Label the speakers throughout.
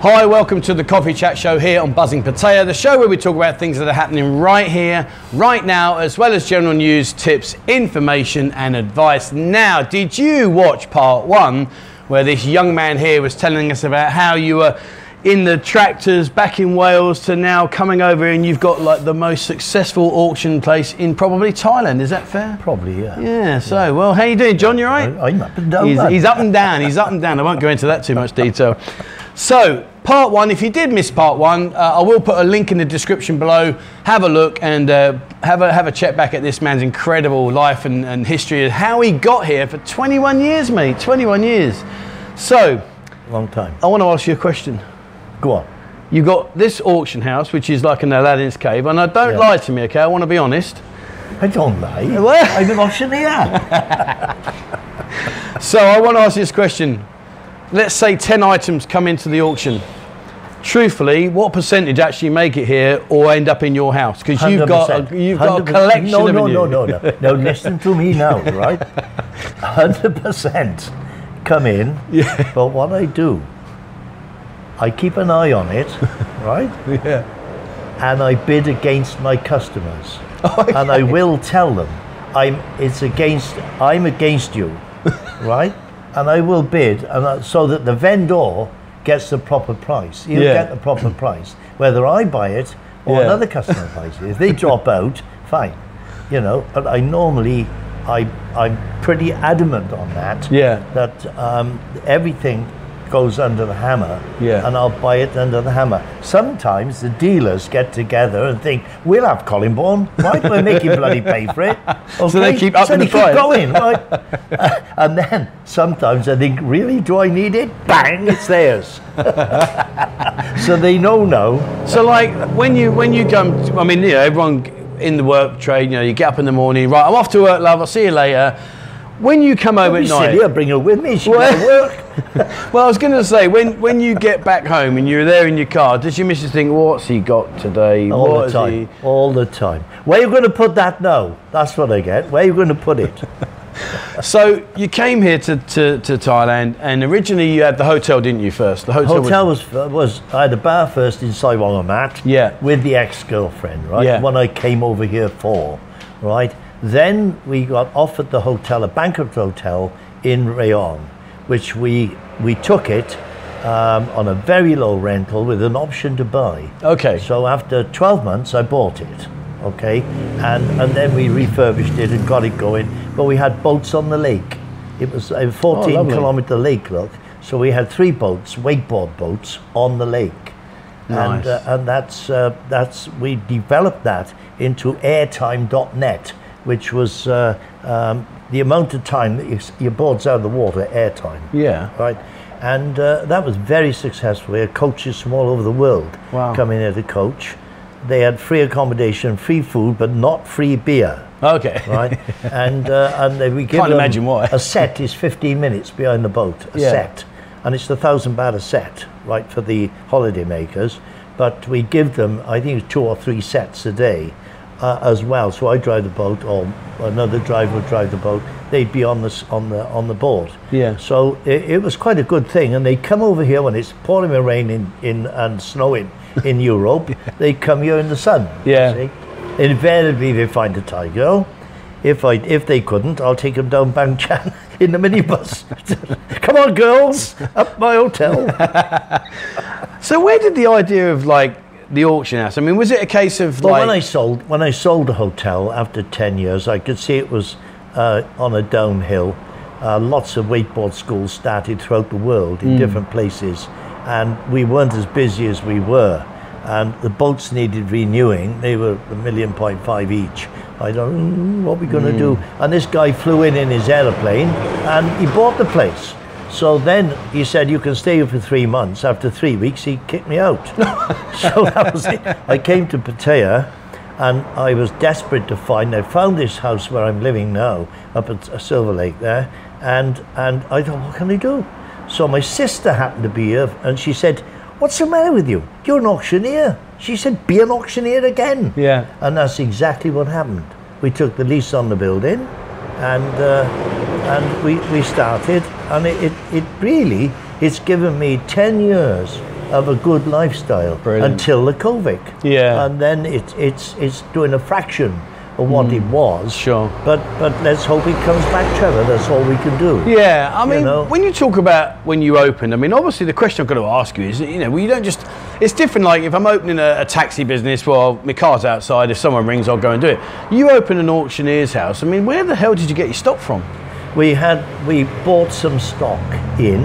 Speaker 1: Hi, welcome to the Coffee Chat Show here on Buzzing Potato, the show where we talk about things that are happening right here, right now, as well as general news, tips, information, and advice. Now, did you watch part one where this young man here was telling us about how you were in the tractors back in Wales to now coming over and you've got like the most successful auction place in probably Thailand? Is that fair?
Speaker 2: Probably, yeah.
Speaker 1: Yeah, so, well, how you doing, John? You all right?
Speaker 2: I- I'm up and down,
Speaker 1: He's,
Speaker 2: man.
Speaker 1: he's up and down. He's up and down. I won't go into that too much detail. So, part one. If you did miss part one, uh, I will put a link in the description below. Have a look and uh, have a have a check back at this man's incredible life and, and history of how he got here for 21 years, mate. 21 years. So,
Speaker 2: Long time.
Speaker 1: I want to ask you a question.
Speaker 2: Go on.
Speaker 1: You got this auction house, which is like an Aladdin's cave, and I don't
Speaker 2: Yeah.
Speaker 1: lie to me, okay? I want to be honest.
Speaker 2: I don't lie.
Speaker 1: What?
Speaker 2: I'm an auctioneer.
Speaker 1: So I want to ask you this question. Let's say 10 items come into the auction. Truthfully, what percentage actually make it here or end up in your house? Because you've got a,
Speaker 2: 100%.
Speaker 1: you've got a
Speaker 2: 100%.
Speaker 1: collection
Speaker 2: No,
Speaker 1: of
Speaker 2: no, no, no, no. Now listen to me now, right? 100% come in. Yeah. But what I do, I keep an eye on it, right?
Speaker 1: Yeah.
Speaker 2: and I bid against my customers. And I will tell them I'm it's against I'm against you, right? And I will bid and I, so that the vendor gets the proper price. You
Speaker 1: Yeah.
Speaker 2: get the proper price whether I buy it or
Speaker 1: Yeah.
Speaker 2: another customer buys it. If they drop out, fine. You know, but I normally I I'm pretty adamant on that.
Speaker 1: Yeah.
Speaker 2: That um, everything goes under the hammer
Speaker 1: Yeah.
Speaker 2: and I'll buy it under the hammer. Sometimes the dealers get together and think, we'll have Colin Bourne. Why do I make you bloody pay for it?
Speaker 1: they
Speaker 2: Okay?
Speaker 1: keep upping
Speaker 2: so they
Speaker 1: the price.
Speaker 2: keep going, right? and then sometimes I think, really, do I need it? Bang, it's theirs. so they know now.
Speaker 1: So like when you when you go, and- I mean, you know, everyone in the work trade, you know, you get up in the morning, right? I'm off to work, love. I'll see you later. When you come home
Speaker 2: Don't
Speaker 1: at
Speaker 2: be
Speaker 1: night,
Speaker 2: silly, I'll bring her with me. She
Speaker 1: Well-
Speaker 2: can work.
Speaker 1: Well, I was going to say, when, when you get back home and you're there in your car, does your missus think, what's he got today?
Speaker 2: All
Speaker 1: What
Speaker 2: the
Speaker 1: has
Speaker 2: time.
Speaker 1: he-"
Speaker 2: All the time. Where you going to put that now? That's what I get. Where you going to put it?
Speaker 1: So you came here to, to, to Thailand, and originally you had the hotel, didn't you? First, the hotel.
Speaker 2: Hotel
Speaker 1: Was,
Speaker 2: was, uh, was I had a bar first in Saigon on that.
Speaker 1: Yeah.
Speaker 2: With the ex girlfriend, right?
Speaker 1: Yeah.
Speaker 2: One I came over here for, right? Then we got offered the hotel, a bankrupt hotel in Rayon, which we we took it um, on a very low rental with an option to buy.
Speaker 1: okay.
Speaker 2: So after 12 months, I bought it, okay, and and then we refurbished it and got it going. But we had boats on the lake. It was a 14
Speaker 1: Oh, lovely.
Speaker 2: kilometer lake, look. So we had three boats, wakeboard boats, on the lake,
Speaker 1: Nice.
Speaker 2: and uh, and that's uh, that's we developed that into airtime.net, which was. Uh, um, the amount of time that you, your board's out of the water, airtime
Speaker 1: yeah.
Speaker 2: right? And uh, that was very successful. We had coaches from all over the world
Speaker 1: Wow.
Speaker 2: coming here to coach. They had free accommodation, free food, but not free beer,
Speaker 1: Okay.
Speaker 2: right? and uh, and they, we give
Speaker 1: Can't
Speaker 2: them-
Speaker 1: imagine why.
Speaker 2: a set is 15 minutes behind the boat. A
Speaker 1: Yeah.
Speaker 2: set, and it's the thousand baht a set, right, for the holidaymakers. But we give them, I think, two or three sets a day, uh, as well. So I drive the boat, or another driver would drive the boat. They'd be on the s- on the on the board.
Speaker 1: Yeah.
Speaker 2: So it, it was quite a good thing, and they come over here when it's pouring and raining in and snowing in Europe. They come here in the sun. you
Speaker 1: Yeah.
Speaker 2: see. Invariably, they find a tiger. If I if they couldn't, I'll take them down Bang Chan in the minibus. come on, girls, up my hotel.
Speaker 1: So where did the idea of like the auction house? I mean, was it a case of
Speaker 2: But
Speaker 1: like?
Speaker 2: when I sold when I sold the hotel after ten years, I could see it was uh, on a downhill. Uh, lots of wakeboard schools started throughout the world in different places, and we weren't as busy as we were. And the boats needed renewing; they were a million point five each. I don't know "Mm, what we're going to do. And this guy flew in in his aeroplane, and he bought the place. So then he said, "You can stay here for three months." After three weeks, he kicked me out. so that was it. I came to Pattaya, and I was desperate to find. I found this house where I'm living now, up at S- Silver Lake there, and and I thought, what can I do? So my sister happened to be here, and she said, "What's the matter with you? You're an auctioneer." She said, "Be an auctioneer again."
Speaker 1: Yeah.
Speaker 2: And that's exactly what happened. We took the lease on the building, and uh, and we, we started, and it, it, it really it's given me ten years of a good lifestyle
Speaker 1: Brilliant.
Speaker 2: until the COVID.
Speaker 1: Yeah.
Speaker 2: And then it, it's, it's doing a fraction of what it was.
Speaker 1: Mm. Sure.
Speaker 2: But, but let's hope it comes back, Trevor. That's all we can do.
Speaker 1: Yeah, I mean,
Speaker 2: know?
Speaker 1: when you talk about when you opened, I mean, obviously the question I've got to ask you is, you know, well, you don't just. It's different. Like if I'm opening a, a taxi business, well, my car's outside. If someone rings, I'll go and do it. You open an auctioneer's house. I mean, where the hell did you get your stock from?
Speaker 2: we had we bought some stock in.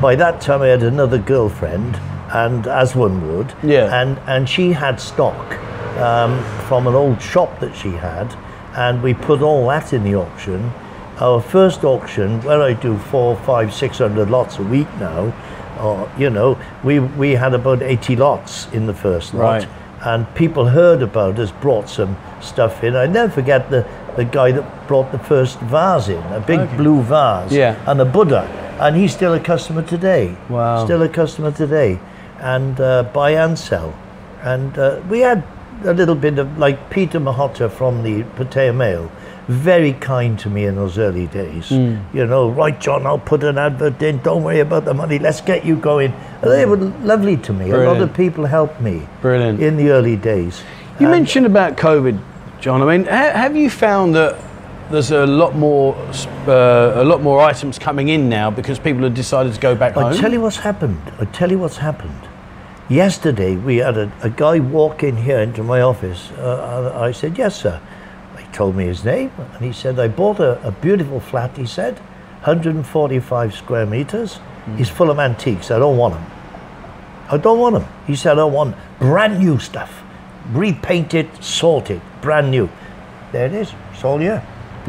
Speaker 2: By that time, I had another girlfriend, and as one would,
Speaker 1: Yeah.
Speaker 2: And and she had stock um, from an old shop that she had, and we put all that in the auction. Our first auction, where I do four, five, six hundred lots a week now, or you know, we we had about eighty lots in the first lot
Speaker 1: Right.
Speaker 2: and people heard about us, brought some stuff in. I never forget the, the guy that brought the first vase in, a big blue vase,
Speaker 1: Yeah.
Speaker 2: and a Buddha, and he's still a customer today.
Speaker 1: Wow.
Speaker 2: Still a customer today, and uh, buy and sell. And uh, we had a little bit of like Peter Mahotta from the Patea Mail, very kind to me in those early days.
Speaker 1: Hmm.
Speaker 2: You know, right, John, I'll put an advert in. Don't worry about the money. Let's get you going. And they were lovely to me. A lot
Speaker 1: Brilliant.
Speaker 2: of people helped me
Speaker 1: Brilliant.
Speaker 2: in the early days.
Speaker 1: You
Speaker 2: And uh,
Speaker 1: mentioned about COVID, John. I mean, ha- have you found that there's a lot more uh, a lot more items coming in now because people have decided to go back
Speaker 2: I
Speaker 1: home?
Speaker 2: tell you what's happened. I tell you what's happened. Yesterday we had a, a guy walk in here into my office. Uh, I I said, "Yes, sir." He told me his name, and he said, "I bought a, a beautiful flat." He said, "145 square meters. He's full of antiques. I don't want them. I don't want them." He said, "I want brand new stuff, repainted, sorted, brand new." There it is. It's all here.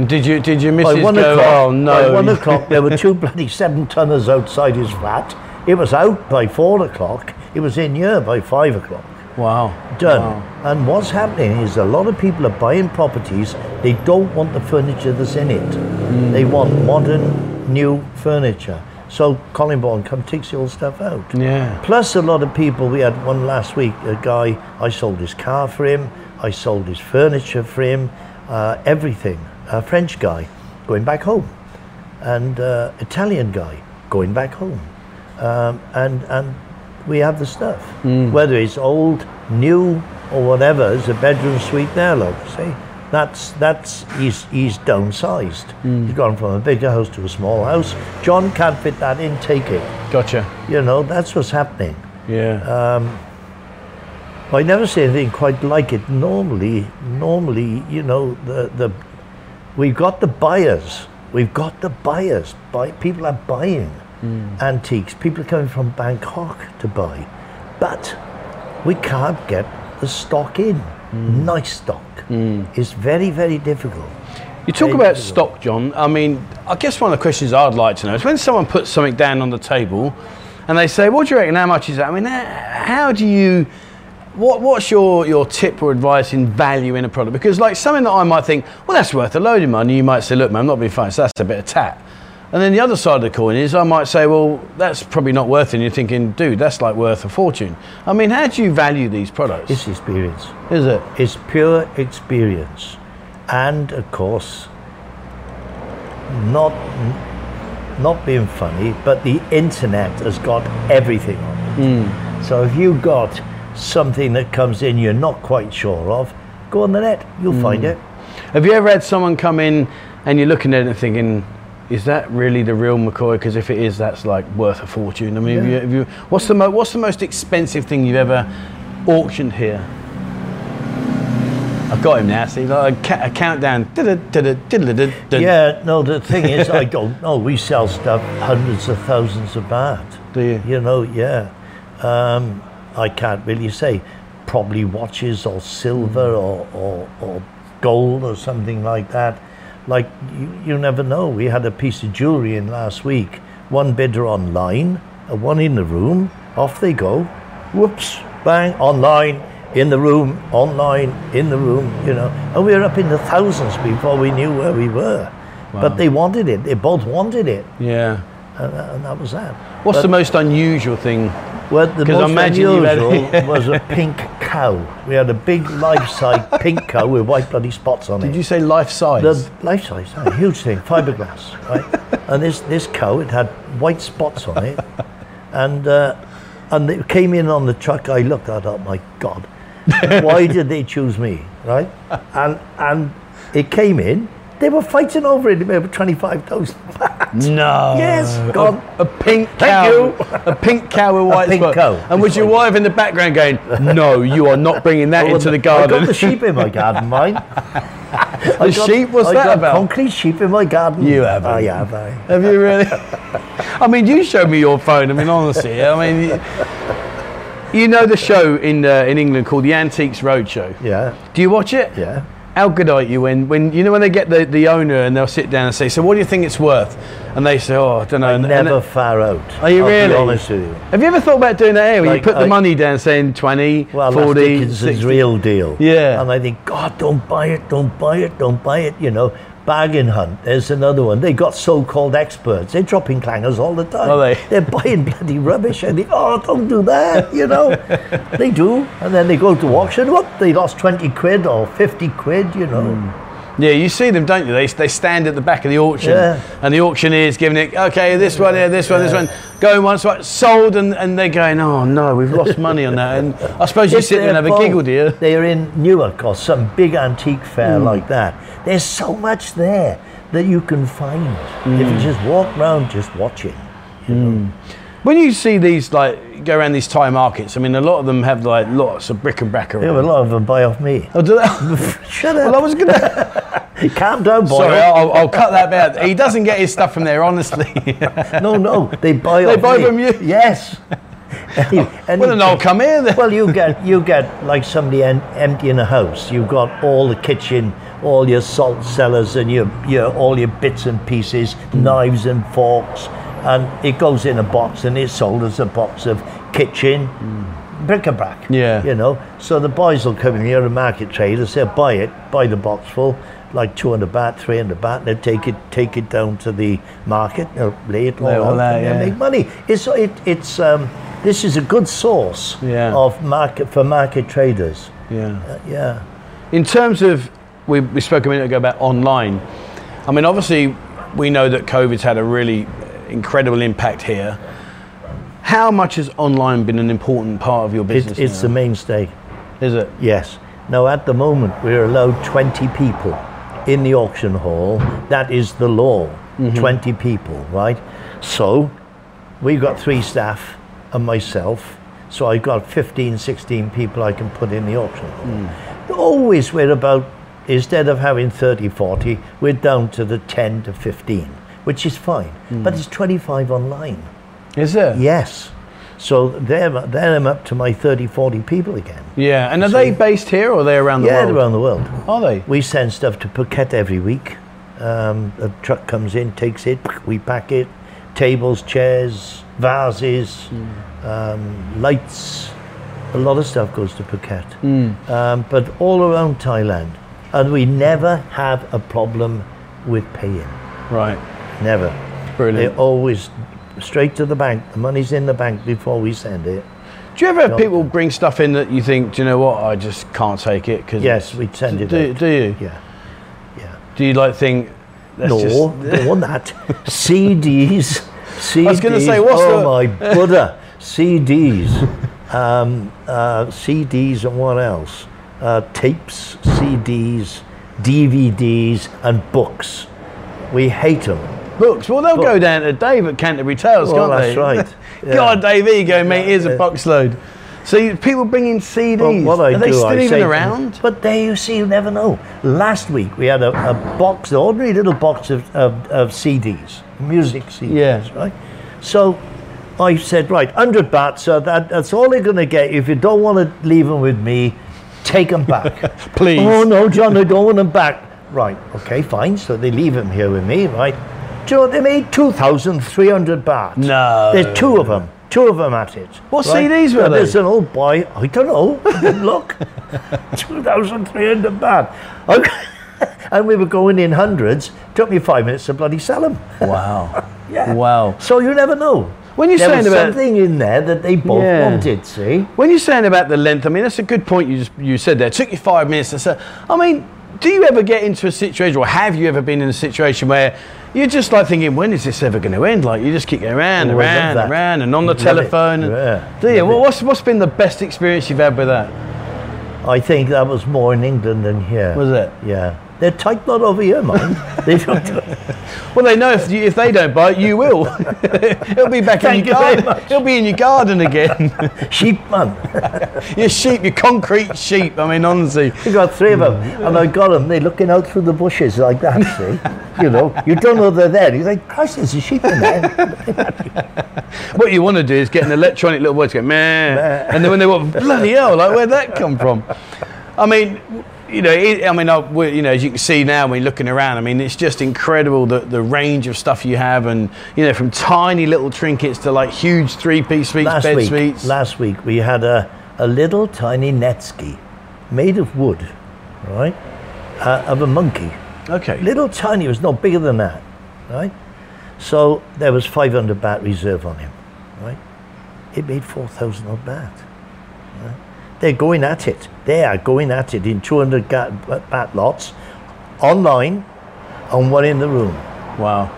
Speaker 1: Did you did you miss
Speaker 2: By one
Speaker 1: go?
Speaker 2: o'clock,
Speaker 1: Oh no!
Speaker 2: By one o'clock, there were two bloody seven tonners outside his flat. It was out by four o'clock. It was in here by five o'clock.
Speaker 1: wow.
Speaker 2: Done.
Speaker 1: Wow.
Speaker 2: And what's happening is a lot of people are buying properties. They don't want the furniture that's in it.
Speaker 1: Hmm.
Speaker 2: They want modern, new furniture. So Colin Bourne come takes the old stuff out.
Speaker 1: Yeah.
Speaker 2: Plus, a lot of people. We had one last week. A guy. I sold his car for him. I sold his furniture for him. Uh, everything. A French guy going back home, and uh, Italian guy going back home, um, and and we have the stuff. Whether it's old, new, or whatever, it's a bedroom suite there. Like I say, that's that's he's he's downsized. He's gone from a bigger house to a small house. John can't fit that in. Take it.
Speaker 1: Gotcha.
Speaker 2: You know, that's what's happening.
Speaker 1: Yeah.
Speaker 2: I never see anything quite like it. Normally, normally, you know, the, the we've got the buyers. We've got the buyers. Buy, people are buying antiques. People are coming from Bangkok to buy. But we can't get the stock in. Nice stock. It's very, very difficult.
Speaker 1: You talk
Speaker 2: Very
Speaker 1: about
Speaker 2: difficult.
Speaker 1: stock, John. I mean, I guess one of the questions I'd like to know is when someone puts something down on the table and they say, What do you reckon? How much is that? I mean, h- how do you. What, what's your, your tip or advice in value in a product? Because, like, something that I might think, Well, that's worth a load of money, you might say, Look, man, I'm not being funny, so that's a bit of tat. And then the other side of the coin is I might say, Well, that's probably not worth it. And you're thinking, Dude, that's like worth a fortune. I mean, how do you value these products?
Speaker 2: It's experience.
Speaker 1: is it?
Speaker 2: It's pure experience. And of course, not not being funny, but the internet has got everything on it. So if you got something that comes in you're not quite sure of, go on the net, you'll find it.
Speaker 1: Have you ever had someone come in and you're looking at it and thinking, is that really the real McCoy? Because if it is, that's like worth a fortune. I mean, have you, have you, what's the mo- what's the most expensive thing you've ever auctioned here? I've got him now. See, like a, ca- a countdown. Yeah.
Speaker 2: Yeah, no, the thing is, I don't know. We sell stuff hundreds of thousands of baht.
Speaker 1: Do you?
Speaker 2: You know, yeah. Um, I can't really say. Probably watches or silver or, or, or gold or something like that. Like, you, you never know. We had a piece of jewelry in last week. One bidder online, uh, one in the room. Off they go. Whoops, bang, online, in the room, online, in the room, you know. And we were up in the thousands before we knew where we were. But they wanted it. They both wanted it.
Speaker 1: Yeah.
Speaker 2: And, and that was that.
Speaker 1: What's the most unusual thing?
Speaker 2: Well, the
Speaker 1: 'Cause I
Speaker 2: most
Speaker 1: imagine you had-
Speaker 2: unusual was a pink cow. We had a big life-size pink cow with white bloody spots on
Speaker 1: Did
Speaker 2: it.
Speaker 1: you say life size?
Speaker 2: the life-size, a huge thing, fiberglass, right? and this this cow, it had white spots on it, and uh, And it came in on the truck. I looked at it, oh my God, why did they choose me, right? And and it came in. They were fighting over it. It was 25,000 pounds.
Speaker 1: No.
Speaker 2: Yes,
Speaker 1: A-
Speaker 2: gone.
Speaker 1: A, pink
Speaker 2: Thank
Speaker 1: cow.
Speaker 2: you.
Speaker 1: A pink cow with white
Speaker 2: pink
Speaker 1: spots.
Speaker 2: cow.
Speaker 1: And was your wife in the background going, "No, you are not bringing that into the garden."
Speaker 2: I got the sheep in my garden, mine. I
Speaker 1: The sheep, what's
Speaker 2: I
Speaker 1: that
Speaker 2: got
Speaker 1: about?
Speaker 2: concrete sheep in my garden.
Speaker 1: You haven't.
Speaker 2: I have, eh? I.
Speaker 1: Have you really? I mean, you showed me your phone. I mean, honestly, I mean, you, you know the show in uh, in England called the Antiques Roadshow.
Speaker 2: Yeah,
Speaker 1: Do you watch it?
Speaker 2: yeah.
Speaker 1: How good are you when, when you know when they get the, the owner and they'll sit down and say, so what do you think it's worth? And they say, oh, I don't know. and, and-
Speaker 2: Never far out.
Speaker 1: are you
Speaker 2: I'll
Speaker 1: really?
Speaker 2: Be honest with you.
Speaker 1: have you ever thought about doing that here? Where
Speaker 2: Like,
Speaker 1: you put the
Speaker 2: I-
Speaker 1: money down, saying 20,
Speaker 2: Well,
Speaker 1: 40,
Speaker 2: that's Dickinson's
Speaker 1: 60.
Speaker 2: real deal.
Speaker 1: Yeah.
Speaker 2: And I think, God, don't buy it, don't buy it, don't buy it. You know, bargain hunt. There's another one. They got so-called experts. They're dropping clangers all the time.
Speaker 1: Are they?
Speaker 2: They're buying bloody rubbish. I think, oh, don't do that. You know, they do, and then they go to auction. What? They lost twenty quid or fifty quid. You know.
Speaker 1: Hmm. Yeah, you see them, don't you? They, they stand at the back of the auction,
Speaker 2: Yeah.
Speaker 1: and the auctioneer's giving it, okay, this one here, this one, this one, going once, right, sold, and, and they're going, oh no, we've lost money on that. And I suppose you
Speaker 2: It's
Speaker 1: sit there and
Speaker 2: their
Speaker 1: have a
Speaker 2: fault.
Speaker 1: giggle, do you?
Speaker 2: They're in Newark or some big antique fair
Speaker 1: Hmm.
Speaker 2: like that. There's so much there that you can find
Speaker 1: Hmm.
Speaker 2: if you just walk around just watching.
Speaker 1: When you see these, like, go around these Thai markets, I mean, a lot of them have, like, lots of bric and brac
Speaker 2: Yeah,
Speaker 1: around.
Speaker 2: but a lot of them buy off me.
Speaker 1: Oh, do they?
Speaker 2: Shut
Speaker 1: well, I
Speaker 2: up.
Speaker 1: was going to.
Speaker 2: Calm down, boy.
Speaker 1: Sorry, I'll, I'll cut that out. He doesn't get his stuff from there, honestly.
Speaker 2: No, no, they buy
Speaker 1: They
Speaker 2: off
Speaker 1: buy
Speaker 2: me.
Speaker 1: from you?
Speaker 2: Yes. Any-
Speaker 1: well, then
Speaker 2: anything.
Speaker 1: I'll come here then.
Speaker 2: Well, you get you get like somebody en- emptying a house. You've got all the kitchen, all your salt cellars, and your your all your bits and pieces, knives and forks, and it goes in a box and it's sold as a box of kitchen bric-a-brac.
Speaker 1: Hmm. Yeah.
Speaker 2: you know. So the boys will come in here, the market traders, they'll buy it, buy the box full, like two hundred baht, three hundred baht. They'll take it take it down to the market, they'll lay it all
Speaker 1: Lay it all
Speaker 2: out,
Speaker 1: out,
Speaker 2: and they'll
Speaker 1: yeah.
Speaker 2: make money. It's it, it's um, this is a good source
Speaker 1: Yeah.
Speaker 2: of market for market traders.
Speaker 1: Yeah.
Speaker 2: Yeah,
Speaker 1: In terms of, we, we spoke a minute ago about online. I mean, obviously, we know that COVID's had a really incredible impact here. How much has online been an important part of your business?
Speaker 2: it, it's the
Speaker 1: now?
Speaker 2: mainstay.
Speaker 1: is it?
Speaker 2: Yes. Now at the moment we're allowed twenty people in the auction hall. That is the law.
Speaker 1: Mm-hmm.
Speaker 2: Twenty people, right? So we've got three staff and myself. So I've got 15, 16 people I can put in the auction hall.
Speaker 1: Mm.
Speaker 2: Always we're about, instead of having 30, 40, we're down to the 10 to 15, which is fine.
Speaker 1: Mm.
Speaker 2: But it's 25 online.
Speaker 1: Is it?
Speaker 2: Yes. So there, there I'm up to my 30, 40 people again.
Speaker 1: Yeah. And are they based here or are they around the
Speaker 2: yeah,
Speaker 1: world?
Speaker 2: around the world.
Speaker 1: Are they?
Speaker 2: We send stuff to Phuket every week. Um, a truck comes in, takes it, we pack it. Tables, chairs, vases, um, lights. A lot of stuff goes to Phuket. Um, but all around Thailand. And we never have a problem with paying.
Speaker 1: Right.
Speaker 2: Never.
Speaker 1: Brilliant.
Speaker 2: They always straight to the bank. The money's in the bank before we send it.
Speaker 1: Do you ever have people bring stuff in that you think, do you know what, I just can't take it? Cause
Speaker 2: Yes, we send it.
Speaker 1: Do,
Speaker 2: out.
Speaker 1: do you?
Speaker 2: Yeah. Yeah.
Speaker 1: Do you like think, that's
Speaker 2: No,
Speaker 1: just-
Speaker 2: don't want that. CDs. CDs.
Speaker 1: was gonna say, what's
Speaker 2: oh
Speaker 1: the-
Speaker 2: my Buddha. CDs. Um, uh, CDs and what else? Uh, tapes, CDs, DVDs, and books. We hate them.
Speaker 1: books. Well, they'll go down to Dave at Canterbury Tales,
Speaker 2: Well,
Speaker 1: can't
Speaker 2: Oh, that's
Speaker 1: they?
Speaker 2: right. Yeah.
Speaker 1: God, Dave, here you go, mate. Here's a
Speaker 2: yeah.
Speaker 1: box load. So you, people bringing CDs.
Speaker 2: Well, what I
Speaker 1: Are
Speaker 2: do,
Speaker 1: they still
Speaker 2: I say
Speaker 1: even
Speaker 2: to them,
Speaker 1: around?
Speaker 2: but there you see, you never know. Last week we had a, a box, an ordinary little box of, of, of CDs, music CDs,
Speaker 1: Yeah.
Speaker 2: right? So I said, right, 100 baht, so that, that's all they're going to get. If you don't want to leave them with me, take them back.
Speaker 1: Please.
Speaker 2: Oh, no, John, I don't want them back. Right, okay, fine. So they leave them here with me, right? Do you know, what they made 2,300 baht.
Speaker 1: No.
Speaker 2: There's two of them. Two of them at it.
Speaker 1: What CDs were
Speaker 2: Now,
Speaker 1: they?
Speaker 2: There's an old boy. I don't know. I didn't Look, 2,300 baht. I- and we were going in hundreds. Took me five minutes to bloody sell them.
Speaker 1: Wow.
Speaker 2: Yeah.
Speaker 1: Wow.
Speaker 2: So you never know.
Speaker 1: When you're
Speaker 2: there
Speaker 1: saying
Speaker 2: was
Speaker 1: about-
Speaker 2: something in there that they both
Speaker 1: Yeah.
Speaker 2: wanted, see?
Speaker 1: When you're saying about the length, I mean that's a good point you you said there. It took you five minutes to say. I mean, do you ever get into a situation, or have you ever been in a situation where you're just like thinking, when is this ever going to end? Like you just keep going around,
Speaker 2: Oh, I love
Speaker 1: around,
Speaker 2: that.
Speaker 1: around, and on the
Speaker 2: Love it.
Speaker 1: telephone. and-
Speaker 2: Yeah,
Speaker 1: Do you?
Speaker 2: love
Speaker 1: Well,
Speaker 2: it.
Speaker 1: what's what's been the best experience you've had with that?
Speaker 2: I think that was more in England than here.
Speaker 1: Was it?
Speaker 2: Yeah. They're tight not over here, mind. they don't.
Speaker 1: Well, they know if you, if they don't bite, you will. It'll be back in
Speaker 2: Thank
Speaker 1: your
Speaker 2: you very
Speaker 1: garden. It'll be in your garden again.
Speaker 2: Sheep, man.
Speaker 1: your sheep, your concrete sheep. I mean, honestly.
Speaker 2: We got three of them,
Speaker 1: Mm.
Speaker 2: and I got them. They're looking out through the bushes like that. See, you know, you don't know they're there. You're like, Christ, there's a sheep in there.
Speaker 1: What you want to do is get an electronic little voice going, man. And then when they want, bloody hell, like where'd that come from? I mean, you know, it, I mean, I, we, you know, as you can see now when you're looking around, I mean, it's just incredible the, the range of stuff you have, and you know, from tiny little trinkets to like huge three-piece suites,
Speaker 2: last
Speaker 1: bed
Speaker 2: week,
Speaker 1: suites.
Speaker 2: last week we had a, a little tiny net ski, made of wood, right, uh, of a monkey.
Speaker 1: okay.
Speaker 2: Little tiny, it was no bigger than that, right? So there was 500 baht reserve on him, right? It made 4,000 odd baht. right? They're going at it. They are going at it in 200 ga- ba- baht lots, online, and one in the room.
Speaker 1: Wow.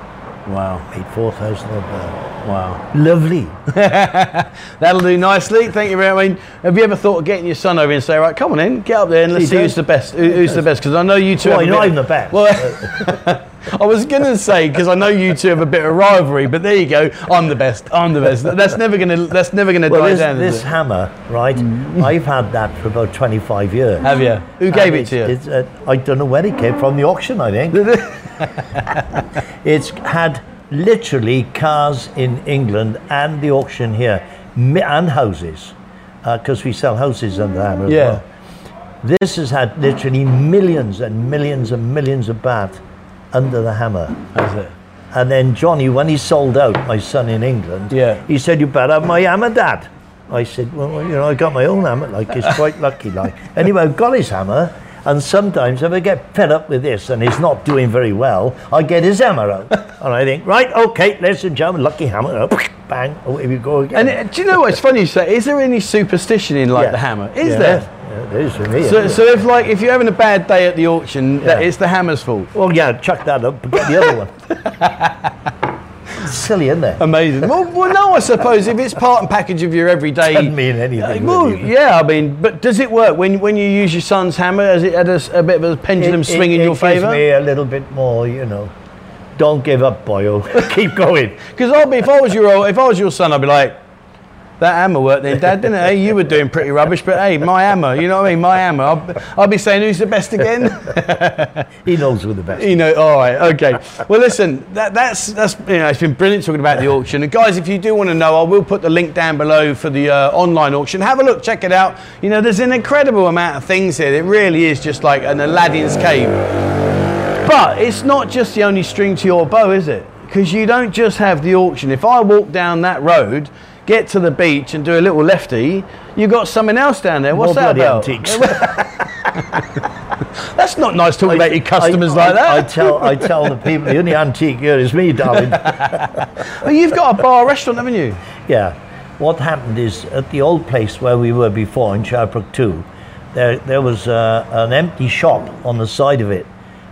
Speaker 1: Wow.
Speaker 2: Made 4,000 odd baht.
Speaker 1: Wow.
Speaker 2: Lovely.
Speaker 1: That'll do nicely. Thank you very much. I mean, have you ever thought of getting your son over and say, right, come on in, get up there and let's
Speaker 2: He
Speaker 1: see
Speaker 2: does.
Speaker 1: who's the best, who- who's the best? Because I know you two.
Speaker 2: Well,
Speaker 1: have a
Speaker 2: you're not
Speaker 1: bit-
Speaker 2: even the best.
Speaker 1: Well, I was going to say because I know you two have a bit of rivalry, but there you go. I'm the best. I'm the best. That's never going to. That's never going to
Speaker 2: Well,
Speaker 1: die
Speaker 2: this,
Speaker 1: down. is
Speaker 2: this
Speaker 1: it? Mm.
Speaker 2: hammer, right? I've had that for about 25 years.
Speaker 1: have you? Who
Speaker 2: And
Speaker 1: gave it
Speaker 2: it's-
Speaker 1: to you?
Speaker 2: It's, uh, I don't know where it came from. The auction, I think. it's had literally cars in England and the auction here, mi- and houses, because we sell houses under the hammer. as
Speaker 1: Yeah.
Speaker 2: well. This has had literally millions and millions and millions of baht under the hammer.
Speaker 1: That's it.
Speaker 2: And then Johnny, when he sold out, my son in England,
Speaker 1: Yeah.
Speaker 2: he said, "You better have my hammer, Dad." I said, "Well, well, you know, I got my own hammer. Like it's quite lucky. Like anyway, I've got his hammer." And sometimes, if I get fed up with this and it's not doing very well, I get his hammer out. And I think, right, okay, ladies and gentlemen, lucky hammer, out, bang, away we go again.
Speaker 1: And it, do you know what? It's funny you say. Is there any superstition in like
Speaker 2: Yeah.
Speaker 1: the hammer? Is
Speaker 2: Yeah,
Speaker 1: there?
Speaker 2: yeah, there is for me.
Speaker 1: So,
Speaker 2: anyway.
Speaker 1: so if like if you're having a bad day at the auction, that
Speaker 2: Yeah.
Speaker 1: it's the hammer's fault.
Speaker 2: well, yeah, chuck that up, but get the other one. Silly, isn't there?
Speaker 1: Amazing. well, well, no, I suppose if it's part and package of your everyday.
Speaker 2: Doesn't mean anything.
Speaker 1: uh, Well,
Speaker 2: really.
Speaker 1: yeah, I mean, but does it work when when you use your son's hammer? Has it had a, s- a bit of a pendulum swing in
Speaker 2: it
Speaker 1: your
Speaker 2: gives
Speaker 1: favour?
Speaker 2: me a little bit more, you know. Don't give up, boyo. Keep going.
Speaker 1: Because I'll be if I was your if I was your son, I'd be like, that hammer worked then, Dad, didn't it? Hey, you were doing pretty rubbish, but hey, my hammer, you know what I mean? My hammer. I'll, I'll be saying who's the best again.
Speaker 2: He knows we're the best.
Speaker 1: You know, all right, okay. Well, listen, that, that's that's you know, it's been brilliant talking about the auction. And guys, if you do want to know, I will put the link down below for the uh, online auction. Have a look, check it out. You know, there's an incredible amount of things here. It really is just like an Aladdin's cave. But it's not just the only string to your bow, is it? Because you don't just have the auction. If I walk down that road. Get to the beach and do a little lefty. You got something else down there. What's
Speaker 2: More
Speaker 1: that
Speaker 2: bloody
Speaker 1: about?
Speaker 2: antiques.
Speaker 1: That's not nice talking about your customers
Speaker 2: I-
Speaker 1: like that.
Speaker 2: I tell, I tell the people, the only antique here is me, darling.
Speaker 1: Well, you've got a bar restaurant, haven't you?
Speaker 2: Yeah. What happened is at the old place where we were before in Charbrook 2, there, there was uh, an empty shop on the side of it.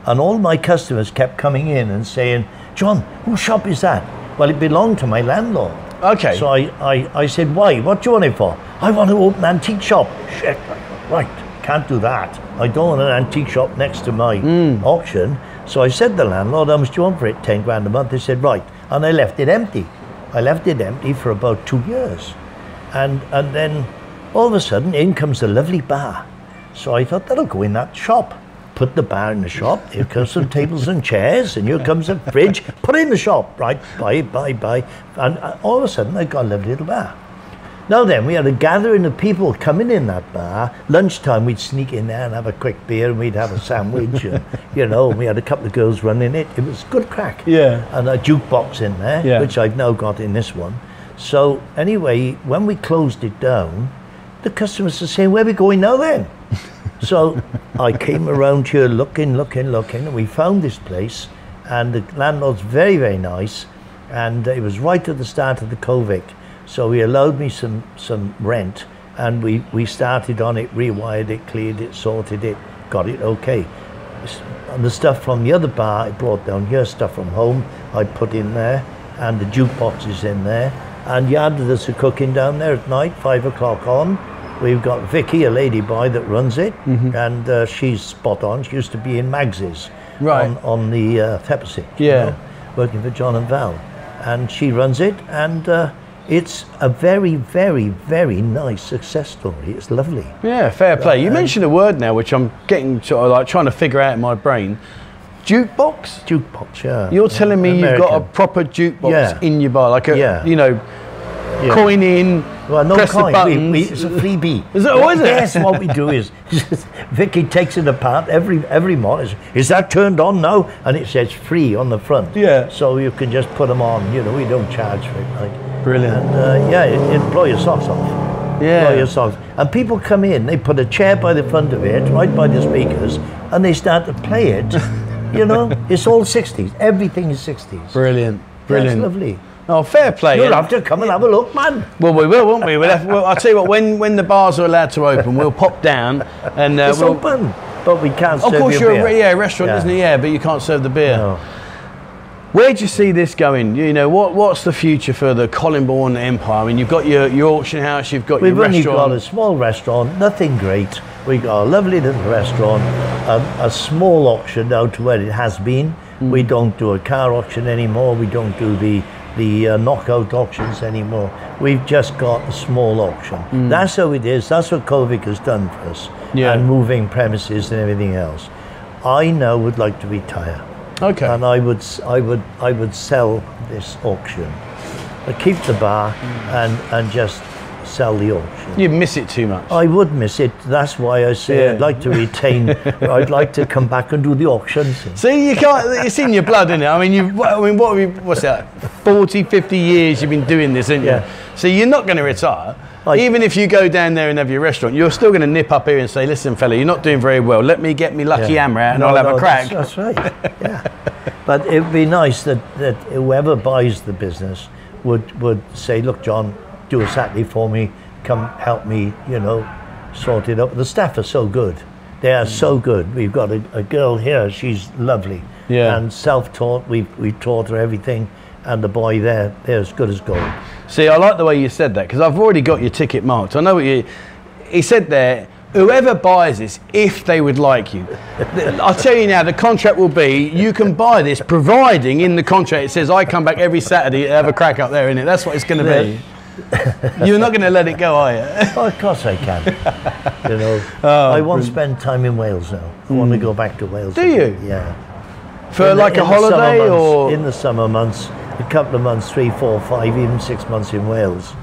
Speaker 2: And all my customers kept coming in and saying, John, whose shop is that? Well, it belonged to my landlord.
Speaker 1: Okay.
Speaker 2: So I, I, I said, why? What do you want it for? I want to open an antique shop. Shit. Right. Can't do that. I don't want an antique shop next to my auction. So I said to the landlord, how much do you want for it? 10 grand a month. They said, right. And I left it empty. I left it empty for about two years. And, and then all of a sudden in comes a lovely bar. So I thought, that'll go in that shop. Put the bar in the shop, here comes some tables and chairs, and here comes a fridge. Put it in the shop, right? Buy, buy, buy. And uh, all of a sudden, I got a lovely little bar. Now then, we had a gathering of people coming in that bar. Lunchtime, we'd sneak in there and have a quick beer, and we'd have a sandwich, and, you know, and we had a couple of girls running it. It was good crack
Speaker 1: Yeah.
Speaker 2: and a jukebox in there,
Speaker 1: Yeah.
Speaker 2: which I've now got in this one. So anyway, when we closed it down, the customers are saying, "Where we going now then?" so I came around here looking, looking, looking, and we found this place. And the landlord's very, very nice, and it was right at the start of the COVID, so he allowed me some some rent, and we we started on it, rewired it, cleared it, sorted it, got it okay. s- the stuff from the other bar I brought down here, stuff from home I put in there, and the jukebox is in there. And you added us a cooking down there at night, five o'clock on. We've got Vicky, a lady by that runs it,
Speaker 1: Mm-hmm.
Speaker 2: and uh, she's spot on. She used to be in Mags's
Speaker 1: Right.
Speaker 2: on, on the uh, Pepsi.
Speaker 1: Yeah.
Speaker 2: working for John and Val. And she runs it, and uh, it's a very, very, very nice success story. It's lovely.
Speaker 1: Yeah, fair play. You mentioned a word now, which I'm getting sort of like trying to figure out in my brain. Jukebox.
Speaker 2: Jukebox, yeah.
Speaker 1: You're telling me you've got a
Speaker 2: American.
Speaker 1: proper jukebox
Speaker 2: Yeah.
Speaker 1: in your bar, like a
Speaker 2: Yeah.
Speaker 1: you know,
Speaker 2: Yeah.
Speaker 1: coin in.
Speaker 2: Well, no
Speaker 1: press The
Speaker 2: coin. We,
Speaker 1: buttons.
Speaker 2: we, it's a freebie.
Speaker 1: Is it- oh, is it?
Speaker 2: Yes, what we do is Vicky takes it apart every every morning. Is that turned on now? And it says free on the front.
Speaker 1: Yeah.
Speaker 2: So you can just put them on. You know, we don't charge for it. Like.
Speaker 1: Brilliant.
Speaker 2: And uh, yeah, it, it blow your socks off. Blow your
Speaker 1: yeah.
Speaker 2: socks. And people come in. They put a chair by the front of it, right by the speakers, and they start to play it. you know, it's all sixties. Everything is sixties.
Speaker 1: Brilliant.
Speaker 2: That's
Speaker 1: Brilliant.
Speaker 2: lovely.
Speaker 1: Oh, fair play.
Speaker 2: You'll
Speaker 1: yeah.
Speaker 2: have to come and have a look, man.
Speaker 1: Well, we will, won't we? We'll have, well, I'll tell you what. When when the bars are allowed to open, we'll pop down and uh,
Speaker 2: It's
Speaker 1: we'll.
Speaker 2: open, but we can't
Speaker 1: Of
Speaker 2: serve
Speaker 1: course,
Speaker 2: you
Speaker 1: you're
Speaker 2: beer.
Speaker 1: a re- yeah, restaurant,
Speaker 2: Yeah.
Speaker 1: isn't it? Yeah, but you can't serve the beer.
Speaker 2: No.
Speaker 1: Where do you see this going? You know, what what's the future for the Collinborn Empire? I mean, you've got your, your auction house, you've got
Speaker 2: We've
Speaker 1: your
Speaker 2: only got a
Speaker 1: restaurant.
Speaker 2: small restaurant, nothing great. We got a lovely little restaurant, a, a small auction out to where it has been.
Speaker 1: Hmm.
Speaker 2: We don't do a car auction anymore. We don't do the the uh, knockout auctions anymore. We've just got a small auction. That's how it is. That's what Kovic has done for us.
Speaker 1: Hmm. Yeah.
Speaker 2: And moving premises and everything else. I now would like to retire.
Speaker 1: okay.
Speaker 2: and I would s- I would I would sell this auction, I keep the bar and and just sell the auction.
Speaker 1: you miss it too much.
Speaker 2: I would miss it. That's why I say I'd
Speaker 1: Yeah.
Speaker 2: like to retain. I'd like to come back and do the auctions.
Speaker 1: See, you can't. It's in your blood, isn't it? I mean, you. I mean, what? Have you, what's that? 40, 50 years you've been doing this, isn't
Speaker 2: Yeah.
Speaker 1: you? So you're not going to retire.
Speaker 2: I-
Speaker 1: Even if you go down there and have your restaurant, you're still going to nip up here and say, "Listen, fella, you're not doing very well. Let me get me lucky hammer out and
Speaker 2: No,
Speaker 1: I'll have
Speaker 2: no,
Speaker 1: a crack."
Speaker 2: That's, that's right. Yeah, but it'd be nice that that whoever buys the business would would say, look, John, do a Saturday for me. Come help me. You know, sort it up. The staff are so good. They are so good. We've got a, a girl here. She's lovely.
Speaker 1: Yeah.
Speaker 2: And self-taught. We we taught her everything. And the boy there, they're as good as gold.
Speaker 1: See, I like the way you said that because I've already got your ticket marked. I know what you. He said there, whoever buys this, if they would like you. Th- I'll tell you now, the contract will be you can buy this, providing in the contract it says I come back every Saturday and have a crack up there, innit? That's what it's going to be. You're not going to let it go, are you?
Speaker 2: Oh, of course I can. you know, I want to spend time in Wales now. I want to go back to Wales.
Speaker 1: Oh, Mm. Do
Speaker 2: again.
Speaker 1: you?
Speaker 2: Yeah.
Speaker 1: For
Speaker 2: In the-
Speaker 1: like a
Speaker 2: in the summer
Speaker 1: holiday
Speaker 2: months-
Speaker 1: or.
Speaker 2: in the summer months, a couple of months, three, four, five, even six months in Wales,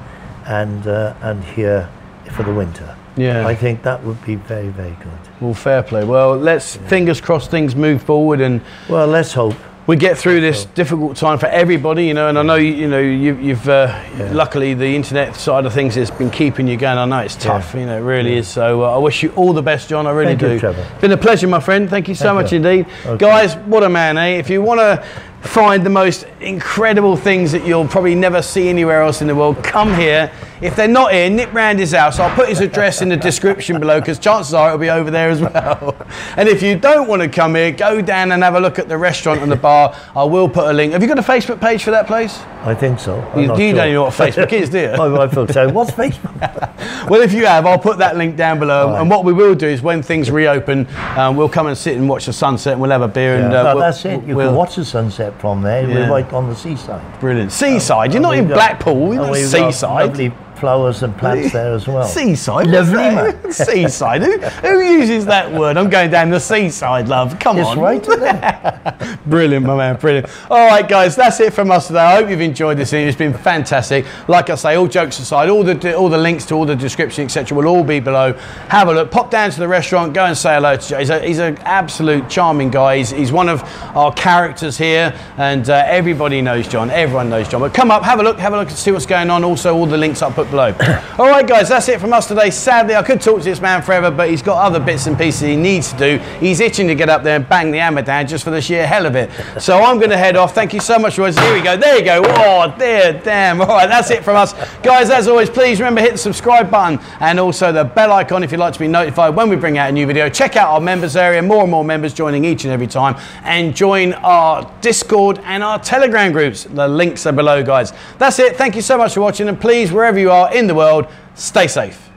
Speaker 2: and uh, and here for the winter.
Speaker 1: Yeah.
Speaker 2: I think that would be very very good.
Speaker 1: well, fair play. Well, let's fingers crossed things move forward and.
Speaker 2: Well, let's hope.
Speaker 1: we get through this difficult time for everybody, you know. And I know you, you know you, you've uh, luckily the internet side of things has been keeping you going. I know it's tough, you know, it really is. So uh, I wish you all the best, John. I really
Speaker 2: Thank
Speaker 1: do.
Speaker 2: you, Trevor.
Speaker 1: Been a pleasure, my friend. Thank you so
Speaker 2: Thank
Speaker 1: much
Speaker 2: you.
Speaker 1: indeed,
Speaker 2: Okay.
Speaker 1: guys. What a man, eh? If you want to find the most incredible things that you'll probably never see anywhere else in the world, come here. If they're not here, nip round his house. I'll put his address in the description below because chances are it'll be over there as well. And if you don't want to come here, go down and have a look at the restaurant and the bar. I will put a link. Have you got a Facebook page for that place?
Speaker 2: I think so. I'm
Speaker 1: You, you
Speaker 2: not
Speaker 1: don't
Speaker 2: sure.
Speaker 1: even know what Facebook is, do you?
Speaker 2: My wife will say, "What's Facebook?"
Speaker 1: well, if you have, I'll put that link down below. And what we will do is when things reopen, um, we'll come and sit and watch the sunset and we'll have a beer. And uh,
Speaker 2: No,
Speaker 1: we'll-
Speaker 2: that's it. You
Speaker 1: we'll-
Speaker 2: can watch the sunset from there.
Speaker 1: Yeah.
Speaker 2: We're right on the seaside.
Speaker 1: Brilliant. Seaside. You're
Speaker 2: And
Speaker 1: not
Speaker 2: we've
Speaker 1: in
Speaker 2: got-
Speaker 1: Blackpool. You're not
Speaker 2: and we've got
Speaker 1: seaside.
Speaker 2: Lovely flowers and plants there as well.
Speaker 1: Seaside.
Speaker 2: Lovely,
Speaker 1: What's that? seaside. Who, who uses that word? I'm going down the seaside, love. Come
Speaker 2: It's
Speaker 1: on.
Speaker 2: right isn't it?
Speaker 1: Brilliant, my man. Brilliant. All right, guys, that's it from us today. I hope you've enjoyed this. interview. It's been fantastic. Like I say, all jokes aside, all the all the links to all the description, etc., will all be below. Have a look. Pop down to the restaurant. Go and say hello to Jay. He's a- He's an absolute charming guy. He's, he's one of our characters here, and uh, everybody knows John. Everyone knows John. But come up, have a look, have a look, and see what's going on. Also, all the links I put foot blow. All right, guys, that's it from us today. Sadly, I could talk to this man forever, but he's got other bits and pieces he needs to do. He's itching to get up there and bang the hammer down just for the sheer hell of it. So I'm going to head off. Thank you so much, Royce. Here we go. There you go. Oh, there, damn. All right, that's it from us. Guys, as always, please remember hit the subscribe button and also the bell icon if you'd like to be notified when we bring out a new video. Check out our members area. More and more members joining each and every time. And join our Discord and our Telegram groups. The links are below, guys. That's it. Thank you so much for watching. And please, wherever you are in the world, stay safe.